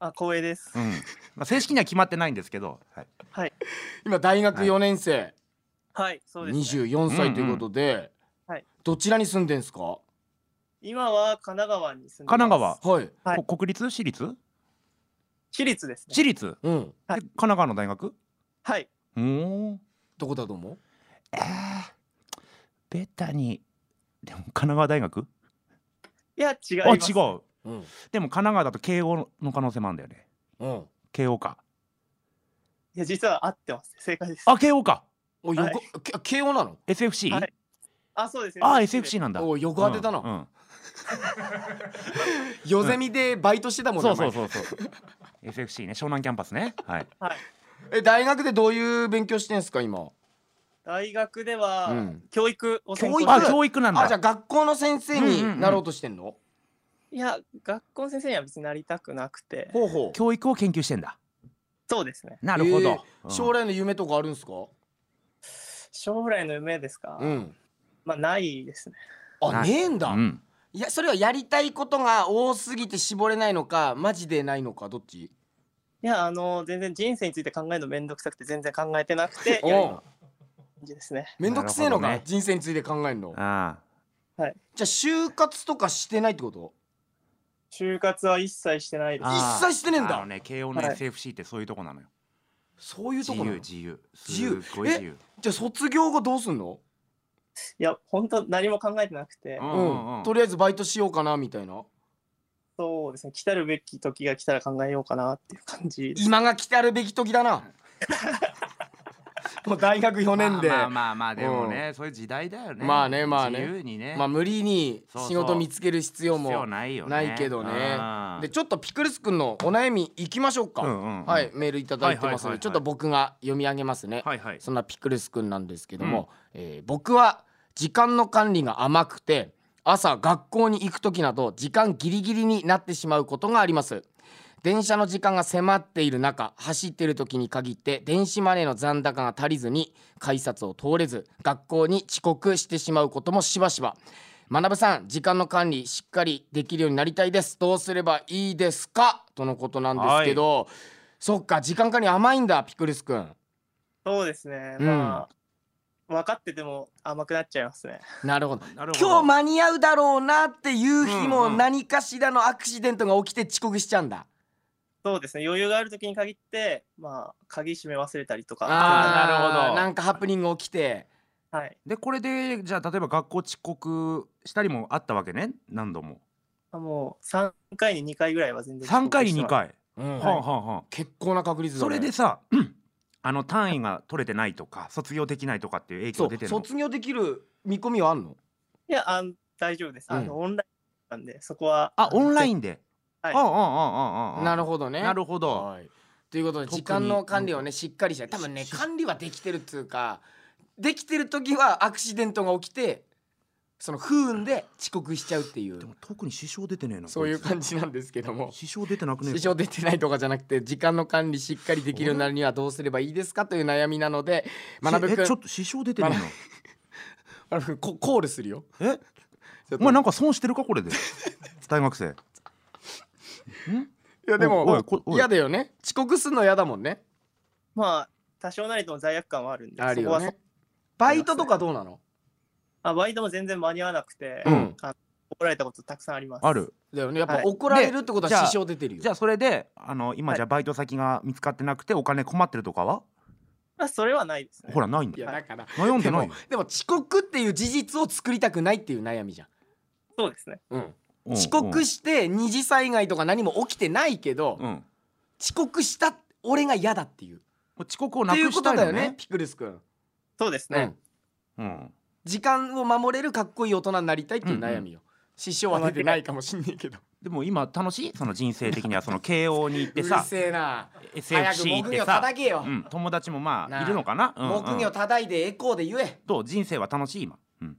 G: あ、光栄です
B: う。ん、まあ、正式には決まってないんですけど、はい、
G: はい、
A: 今大学4年生、
G: はい、そうです、ね。
A: 24歳ということで、
G: はい
A: どちらに住んでんすか
G: 今は神奈川に住んでます。
B: 神奈川
A: はい
G: はい
B: こ国立私立
G: 私立ですね。
B: 私立、
A: うん
G: はい
B: で神奈川の大学
G: はい、
B: おー
A: どこだと思う
B: えー、ベタにでも神奈川大学
G: いや、違い
B: あ違
G: ます。
B: う
A: うん
B: でも神奈川だと慶応の可能性もあるんだよね
A: うん
B: 慶応か
G: いや、実は合ってます。正解です。
B: あ慶応か
A: お
G: は
A: 横、
G: い
A: け慶応なの
B: SFC、
G: はいあ、そうです。
B: あ
G: SFC
B: SFC なんだ
A: おい横当てたな
B: うんうん
A: 夜ゼミでバイトしてたもんね、
B: そうそう
A: お
B: そうそう SFC ね湘南キャンパスねはい
A: 前え大学でどういう勉強してんすか今
G: 大学では、
A: うん
G: 教育を専攻
A: 教育
B: あ教育なんだ
A: あじゃあ学校の先生になろうとしてんの、
G: いや、学校の先生には別になりたくなくて。
A: ほうほう
B: 教育を研究してんだ
G: そうですね。
B: なるほど、
A: えー将来の夢とかあるんすか
G: 将来の夢ですか、
A: うん
G: まあ、ないですね。
A: あ
B: ない
A: ねえんだ、
B: うんうん
A: いやそれはやりたいことが多すぎて絞れないのかマジでないのかどっち
G: いや、あの、全然人生について考えるのめんどくさくて、全然考えてなくて、
A: お
G: いや今
A: う
G: 感じですね。
A: めんどくせえのか、
B: なるほどね
A: 人生について考えるの
B: あ
A: じゃあ就活とかしてないってこと
G: 就活は一切してないです。
B: あー
A: 一切してねえん
B: あ
A: だ
B: のね慶応の
G: はい
B: SFC ってそういうとこなのよ、
A: そういうと
B: 自
A: こな
B: 由
A: の
B: 自由
A: 自由
B: すっごい自由
A: じゃあ卒業後どうすんの、
G: いや、本当何も考えてなくて、
B: う
A: う
B: んうんんうん
A: とりあえずバイトしようかなみたいな
G: そうですね、来たるべき時が来たら考えようかなっていう感じです。
A: 今が来たるべき時だなもう大学4年で、
B: まあまあまあまあでもね、そういう時代だよね
A: まあねまあね
B: 自由にね、
A: まあ無理に
B: そうそう
A: 仕事見つける必要も
B: 必要ないよね
A: ないけどね
B: うん
A: でちょっとピクルスくんのお悩みいきましょうか、
B: うんうんうん
A: はいメールいただいてますので、
B: はいはいはいはい
A: ちょっと僕が読み上げますね、
B: はいはい
A: そんなピクルスくんなんですけども、えー僕は時間の管理が甘くて朝学校に行く時など時間ギリギリになってしまうことがあります電車の時間が迫っている中走っている時に限って電子マネーの残高が足りずに改札を通れず学校に遅刻してしまうこともしばしば学さん時間の管理しっかりできるようになりたいですどうすればいいですかとのことなんですけど、そっか時間管理甘いんだピクルスくん
G: そうですね、
A: うん
G: まあ、分かってても甘くなっちゃいますね。
A: なるほど
B: なるほど
A: 今日間に合うだろうなっていう日
B: う
A: も
B: んうん
A: 何かしらのアクシデントが起きて遅刻しちゃうんだ、
G: そうですね、余裕がある時に限って、まあ、鍵閉め忘れたりとか、
A: あー
B: なるほど
A: なんかハプニング起きて
G: はい、
B: でこれでじゃあ例えば学校遅刻したりもあったわけね何度も
G: もう3回に2回ぐらいは全然。
B: 3回に2。回、
A: うん
B: はあはあはあ
A: 結構な確率だ、
B: そ
A: ね、
B: れでさ、 <clears throat> うんあの単位が取れてないとか卒業できないとかっていう影響
A: そ
B: 出て
A: う
B: るの
A: 卒業できる見込みはあんの
G: いや、あん大丈夫です。あの、オンラインなんで、そこは。
B: あオンラ
G: ン
B: インで、
G: はい
B: ああああああ
A: なる
B: ほ
A: ほどね
B: なるほど、
A: はい、ということで
B: 特
A: 時
B: に
A: 間の管理をねしっかりして多分ね管理はできてるっつうかできてる時はアクシデントが起きてその不運で遅刻しちゃうっていう
B: でも特に支障出てねえな
A: そういう感
B: じ
A: じなんですけども
B: 支障出てなくねえ
A: 支障出てないとかじゃなくて時間の管理しっかりできるようになるにはどうすればいいですかという悩みなので学ぶ
B: しえちょ
A: く
B: っと支障出てね
A: ん学ぶくんコールするよ
B: えなえ
A: ちょっ
B: お
A: と
B: 前なんか損してるかこれで大学生
A: いやで
B: おいおい
A: も
B: こおい
A: 嫌だよね遅刻するの嫌だもんね
G: まあ、多少なりとも罪悪感はあるんで、
A: ある
G: そこ
A: よ
G: はそ
A: ねバイトとかどうなの
G: あバイトも全然間に合わなくて、
B: うん
G: 怒られたことたくさんあります。
B: ある
A: だよねやっぱ
G: はい
A: 怒られるってことは
B: でじゃあ
A: 支障出てるよ
B: じゃあそれであの今じゃあバイト先が見つかってなくてお金困ってるとかは
G: まあ、それはないですね。
B: ほらないん
A: い
B: だ
A: やだから
B: 悩んで
A: で
B: ない
A: も
B: よ
A: でも遅刻っていう事実を作りたくないっていう悩みじゃん、
G: そうですね。
A: うん、
B: うん
A: 遅刻して二次災害とか何も起きてないけど、
B: うんも
A: 遅刻した俺が嫌だっていう
B: う遅刻をな
A: っていう
B: く
A: こ
B: した
A: と
B: い
A: だ
B: の
A: よね
B: ね
A: ピクルス君、
G: そうです
A: う
G: ね
A: ん。、
B: うん
A: 時間を守れるかっこいい大人になりたいっていう悩みよ、師匠は出てないかもしんねえけど
B: でも今楽しいその人生的にはその慶応に行っ
A: う
B: て
A: る <laughs>
B: さ
A: せえな早く
B: SFC 行っ
A: 木
B: て
A: 魚
B: さ
A: 叩けよ、
B: うん友達もま
A: な
B: あ
A: あ
B: いるのかなうんうん
A: 木魚叩いてエコーで言え
B: どう人生は楽しい今うん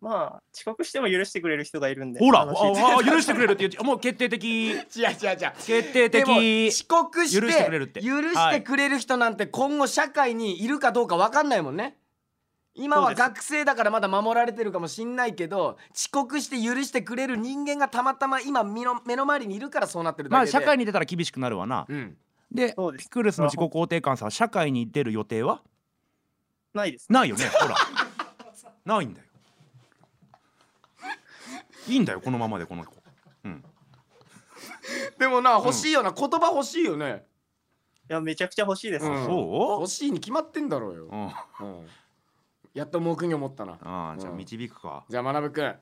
G: まあ、遅刻しても許してくれる人がいるんで。
B: ほらあ
G: 楽しいで
A: <laughs>
G: す
B: あ許してくれるって言うもう決定的
A: 違う違う違う
B: 決定
A: で
B: 的
A: も遅刻して
B: 許してくれるって
A: 許してくれる人なんて今後社会にいるかどうか分かんないもんね今
G: そう
A: は
G: です
A: 学生だからまだ守られてるかもしんないけど遅刻して許してくれる人間がたまたま今身の目の前にいるからそうなってるだ
B: ま
A: け
B: あ
A: で
B: 社会に出たら厳しくなるわな
A: うん
B: で
G: そうです
B: ピクルスの自己肯定感さ社会に出る予定は
G: ないです。
B: ない
A: <laughs>
B: よねほらないんだよいいんだよこのままでこの子うん
A: でもな欲しいよな、言葉欲しいよね、
G: いや、めちゃくちゃ欲しいです。
A: うん
B: そ
A: 欲しいに決まってんだろうよ
B: う、うんあ
A: うんやっと木魚持ったな
B: あじゃあ
A: うん
B: 導くか
A: じゃあ学くん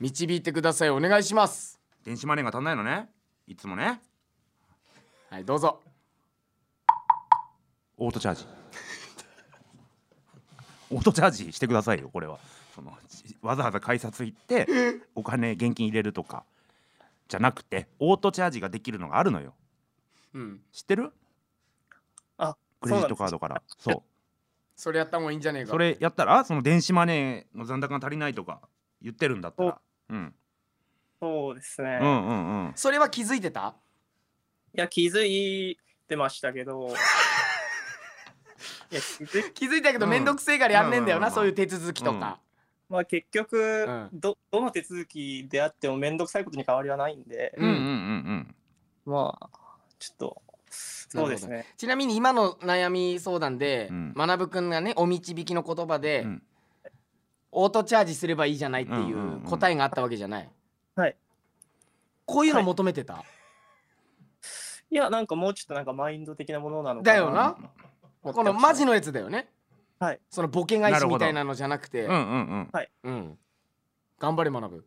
A: 導いてくださいお願いします
B: 電子マネーが足んないのねいつもね
A: はいどうぞ
B: オートチャージ <laughs> オートチャージしてくださいよこれはそのじわざわざ改札行ってお金現金入れるとかじゃなくてオートチャージができるのがあるのよ
A: うん
B: 知ってる
G: あ、
B: クレジットカードからそう
A: それやった方がいいんじゃねえか
B: それやったらその電子マネーの残高が足りないとか言ってるんだったら、うん、
G: そうですね。
B: うんうんうん
A: それは気づいてた
G: いや、気づいてましたけ
A: <laughs>
G: ど。いや、気づい
A: 気づいたけど
B: うん
A: 面倒くせえからやんねえんだよな、
B: うん
A: そういう手続きとか、
G: まあ、結局、
A: ん
G: ど、どの手続きであっても面倒くさいことに変わりはないんで、
B: うんうんうん
G: まあ、ちょっと、そうですね。
A: ちなみに今の悩み相談で、
B: うん
A: まなぶくんがねお導きの言葉で、
B: うんうん
A: オートチャージすればいいじゃないってい
B: んうん
A: う
B: うん
A: 答えがあったわけじゃない、
G: はい
A: こういうの求めてた、
G: いや、なんかもうちょっとなんかマインド的なものなのか
A: だ
G: な。
A: よなこのマジのやつだよね
G: はい
A: そのボケ返しみたいなのじゃなくて
B: うんうんうん
A: うん頑張れ学ぶ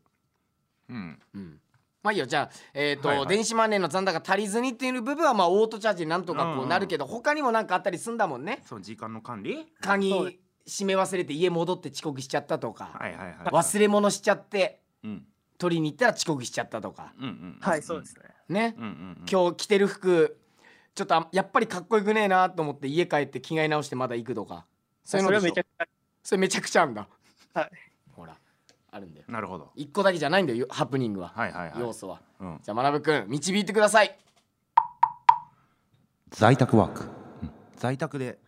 B: うん
A: うんまあいいよじゃあ、えーと
B: はいはい
A: 電子マネーの残高足りずにっていう部分はまあオートチャージになんとかこうなるけど、他にもなんかあったりすんだもんね
B: その時間の管理
A: 鍵
G: そう
A: 閉め忘れて家戻って遅刻しちゃったとか、
B: はいはいはい
A: 忘れ物しちゃって
B: うん
A: 取りに行ったら遅刻しちゃったとか
B: うんうん
G: はい、そうですね。
A: ね、
B: うんうんうん
A: 今日着てる服ちょっとあやっぱりかっこよくねえなと思って家帰って着替え直してまだ行くとか
G: そ
A: そういう
G: れ
A: の
G: は
A: で
G: め
A: し
G: ちゃ
A: ょ
G: くちゃ、
A: それめちゃくちゃあるんだ
G: はい
A: ほらあるんだよ
B: なるほど
A: 一個だけじゃないんだよハプニングは、
B: はいはいはい
A: 要素は
B: うん
A: じゃあ学くん導いてください
B: 在宅ワーク、うん在宅で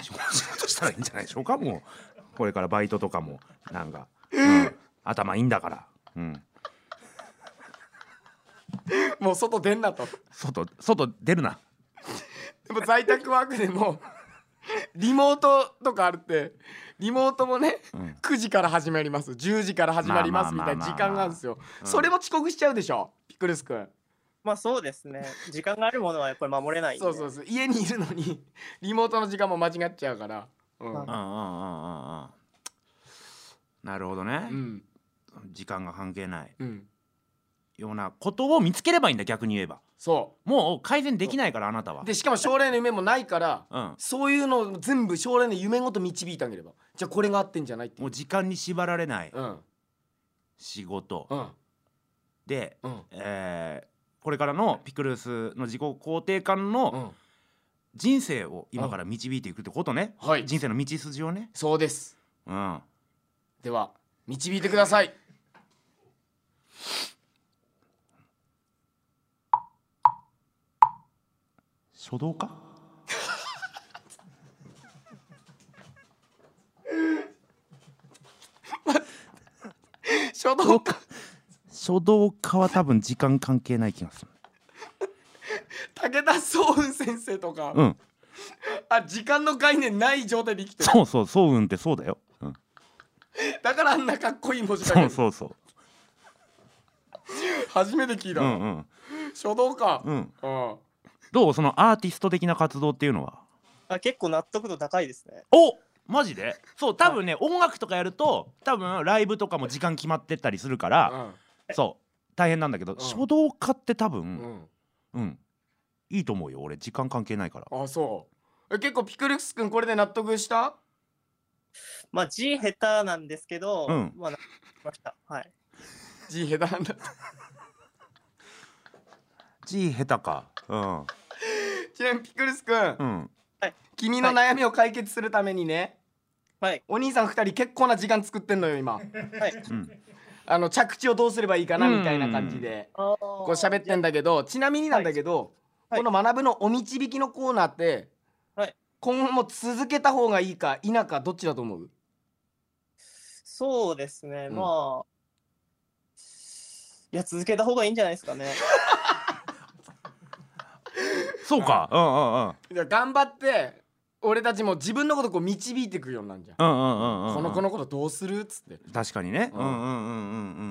B: 仕事仕事したらいいんじゃないでしょうかもうこれからバイトとかもなんか、うん頭いいんだから、うん、
A: もう外出んなと
B: 外外出るな
A: でも在宅ワークでもリモートとかあるってリモートもね、
B: ん
A: 9時から始まります10時から始まりますみ
B: まあ
A: た
B: まあ
A: いな
B: まあまあ
A: 時間があるんですよ
B: うん
A: それも遅刻しちゃうでしょピクルスくん
G: まあそうですね。時間があるものはやっぱり守れないんで。
A: そうそうそう家にいるのにリモートの時間も間違っちゃうからうん、
G: はい
B: うんうんうんうんうんなるほどね
A: う、ん
B: 時間が関係ない
A: うん、
B: ようなことを見つければいいんだ逆に言えば
A: そ
B: もう改善できないからあなたは
A: うでしかも将来の夢もないから
B: うん、
A: そういうのを全部将来の夢ごと導いてあげればじゃあこれが合ってんじゃないっていう
B: もう時間に縛られない
A: うん
B: 仕事、
A: うん
B: で、
A: うん
B: えーこれからのピクルスの自己肯定感の、
A: うん
B: 人生を今から導いていくってことね、
A: はい
B: 人生の道筋をね、
A: そうです
B: うん、
A: では導いてくださ <laughs> い
B: 書道家
A: 書道家
B: 書道家は多分時間関係ない気がする
A: 武田総雲先生とか、
B: うん
A: あ時間の概念ない状態で生きてる
B: そうそうそううんってそうだよ、うん、
A: だからあんなかっこいい文字書け
B: そう
A: る
B: そうそう
A: 初めて聞いうた、
B: んうん
A: 書道家、
B: うん
A: うん
B: どうそのアーティスト的な活動っていうのは
G: あ結構納得度高いですね。
B: おマジでそう多分ね音楽とかやると多分ライブとかも時間決まってったりするからそう大変なんだけど
A: ん
B: 書道家って多
A: うん、
B: 分うんいいと思うよ俺時間関係ないから
A: うん、あそうえ結構ピクルス君これで納得した
G: まあ字下手なんですけど、
B: うん
G: まあ、なました。はい。
A: 字下手なんだ
B: 字下手かうん
A: <laughs> ちなみにピクルス君、
B: うん
A: 君の悩みを解決するためにね、
G: はい。
A: お兄さん2人結構な時間作ってんのよ今
G: はい。
B: うん
A: あの着地をどうすればいいかなみたいな感じで
G: あ
A: こ
G: こ
A: う喋ってんだけどちなみになんだけど、
G: はい
A: この「学ぶのお導き」のコーナーって、
G: はい
A: 今後も続けた方がいいか否かどっちだと思う
G: そうですね、
A: うん
G: まあ。いや、続けた方がいいんじゃないですかね。
B: そうかう
A: じゃあ頑張って俺たちも自分のことこう導いてくようになるじゃん、
B: んうんうんうんうんうんうん
A: この子のことどうするっつって
B: 確かにね
A: う
B: うんんうんうんうんう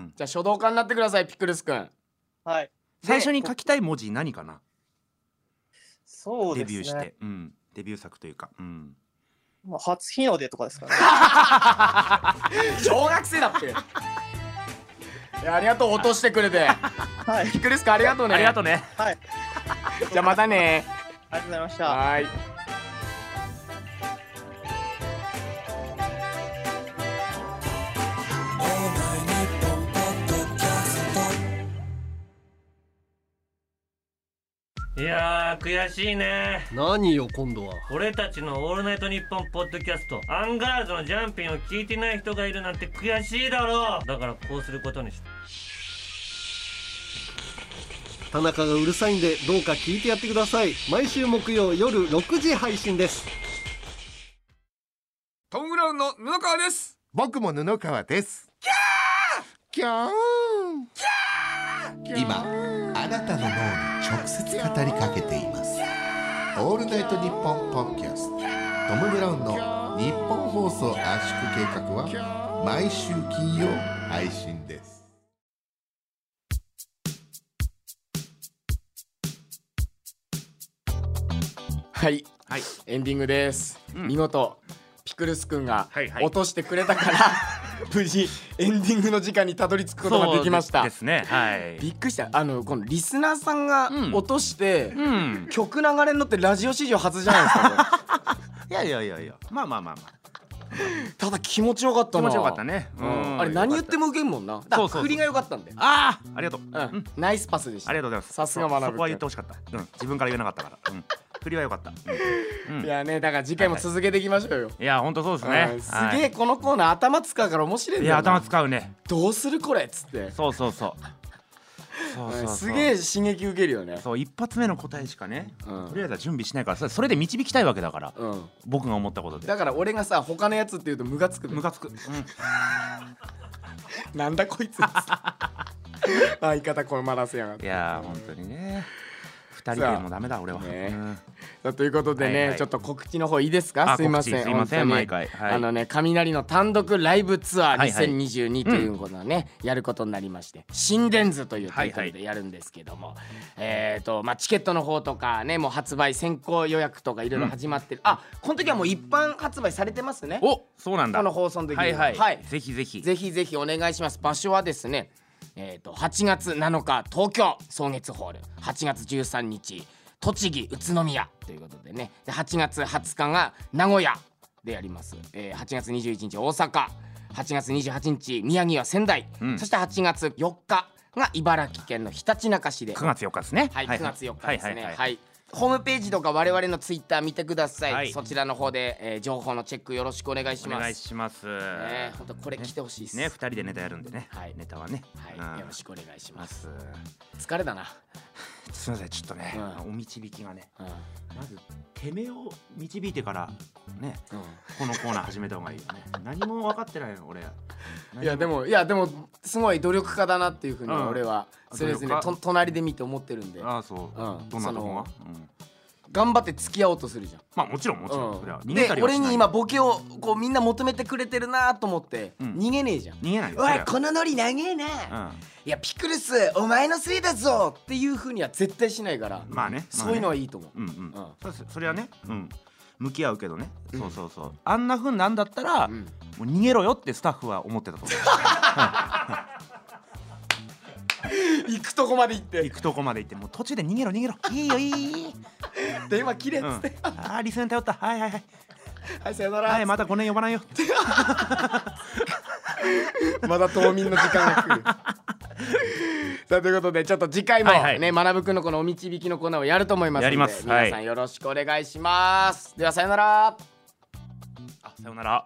B: ん
A: じゃあ書道家になってくださいピクルスくん
G: はい。
B: 最初に書きたい文字何かな
G: そう
B: デ
G: ですね。
B: ビューしてうんデビュー作というかうん
G: まあ、初日の出とかですかね。
A: 小学生だっていやありがとう落としてくれて
G: はい。
A: ピクルスくんありがとうね
B: ありがとうね
G: はい。
A: じゃあまたね
G: ありがとうございました。
A: はーい
H: いやー悔しいね
I: 何よ今度は
H: 俺たちの「オールナイトニッポン」ポッドキャストアンガールズのジャンピンを聞いてない人がいるなんて悔しいだろうだからこうすることにした
I: 田中がうるさいんでどうか聞いてやってください毎週木曜夜6時配信です
A: トム・ブラウンの布川です
J: 僕も布川ですキャーキャー今あなたの脳に直接語りかけていますオールナイトニッポンポッドキャストトム・ブラウンの日本放送圧縮計画は毎週金曜配信です
A: はい、
B: はい
A: エンディングです、
B: うん
A: 見事ピクルスくんが
B: はいはい
A: 落としてくれた
B: <laughs>
A: から、無事エンディングの時間にたどり着くことができました
B: そうですね <laughs> はい
A: びっくりしたあのこのリスナーさんが
B: うん
A: 落として、
B: うん
A: 曲流れるのってラジオ史上初じゃないですか
B: <laughs>
A: こ
B: いやいやいやいやまあまあまあまあ
A: れただ気持ちよかったな
B: 気持ちよかったね
A: う
B: うんん
A: あれ何言ってもウケんもんなだか
B: そ
A: ら
B: うそうそう
A: 振りが良かったんだよ
B: ああありがとううん
A: うんナイスパスでし
B: あ
A: た
B: りがとうございます
A: さすが学ぶ
B: そそこは言ってほしかったうん自分から言えなかったからうん振りは良かったうんうん
A: い
B: いや
A: やねだから次回も続けていきましょうよ、
B: 本当そうです
A: うん
B: ね
A: す
B: はい
A: げえこのコーナー頭使うから面白いん
B: い
A: だよ
B: や
A: な
B: 頭使うね
A: どうするこれっつって
B: そうそうそうそうそう
A: う
B: そ
A: ん
B: う
A: すげえ刺激受けるよね
B: そう一発目の答えしかね
A: うん
B: とりあえずは準備しないからそれそれで導きたいわけだから
A: うん
B: 僕が思ったことで
A: だから俺がさ他のやつって言うとムカつく
B: ムカつくうん
A: なんだこい
B: <laughs>
A: つ相方困らせやがっ
B: い
A: て
B: やー本当にね二人でもダメだ俺は
A: ね
B: うん
A: さあということでね、
B: はいはい
A: ちょっと告知の方いいですか
B: あ
A: すいません
B: 告知すいません
A: 本当に
B: 毎回はい
A: あのね雷の単独ライブツアー
B: はいはい
A: 2022ということをね、やることになりまして「心電図」というタイトル
B: はいは
A: でやるんですけども、えっ、とまあチケットの方とかねもう発売先行予約とかいろいろ始まってる、あこの時はもう一般発売されてますねこ
B: おそうなんだ
A: の放送の時に
B: はいはい、
A: はい
B: ぜひぜひ
A: ぜひぜひお願いします。場所はですね、えー、と8月7日東京草月ホール8月13日栃木宇都宮ということでねで8月20日が名古屋でやります、えー8月21日大阪8月28日宮城は仙台、
B: うん
A: そして8月4日が茨城県のひたちなか市で
B: 9月4日ですね
A: はい、9月4日ですね。はい、
B: はいはいはい
A: ホームページとか我々のツイッター見てください、
B: はい
A: そちらの方で、えー情報のチェックよろしくお願いし
B: お
A: ます
B: 願いします。
A: ね本当これ来てほしいっす
B: ね、二人でネタやるんでね。
A: はい
B: ネタはね。
A: はいよろし
B: く
A: くお願いし
B: お願いしま
A: ますす。疲れたな、
B: すみません、ちょっとね、
A: う
B: お導きがね、
A: うん
B: まずてめえを導いてからね、
A: うん
B: このコーナー始めた方がいいよ
A: <laughs>
B: ね。何も分かってないの俺。
A: いやでもいやでもすごい努力家だなっていうふうに
B: うん
A: 俺はそれですね
B: 努力家
A: と隣で見て思ってるんで
B: ああそう。
A: うん
B: どんなとこが？
A: そ
B: うん
A: 頑張って付き合おうとするじゃん
B: まあもちろんもちろん、
A: うん
B: それは逃げ
A: で
B: たりは
A: 俺
B: しない。
A: に今ボケをこうみんな求めてくれてるなと思って
B: うん
A: 逃げねえじゃん
B: 逃げないよ。
A: お
B: そ
A: い
B: れは
A: このノリ長えないうやピクルスお前のせいだぞっていうふうには絶対しないから
B: ん。まあね。
A: そういうの
B: は。
A: はいいと思う
B: うんうん。
A: うん
B: そうですそれはね。うん。向き合うけどね、そうそうそうあんなふうなんだったら、
A: う
B: も
A: ん
B: う逃げろよってスタッフは思ってたと思
A: <laughs>
B: う
A: 行くとこまで行って
B: 行くとこまで行ってもう途中で逃げろ逃げろいいよいい
A: <laughs>
B: いい
A: 電話切れっ
B: うん
A: つって、
B: ああリスナー頼ったはいはいはい
A: <laughs> はいさよなら、
B: はいまた5年呼ばないよ
A: <laughs> まだ冬眠の時間が来
B: <laughs>
A: るさあということでちょっと次回もね、
B: はいはい
A: まなぶくんのこのお導きのコーナーをやると思いますので
B: やります
A: 皆さ
B: は
A: ん
B: い
A: よろしくお願いします、ではさよなら
B: あさよなら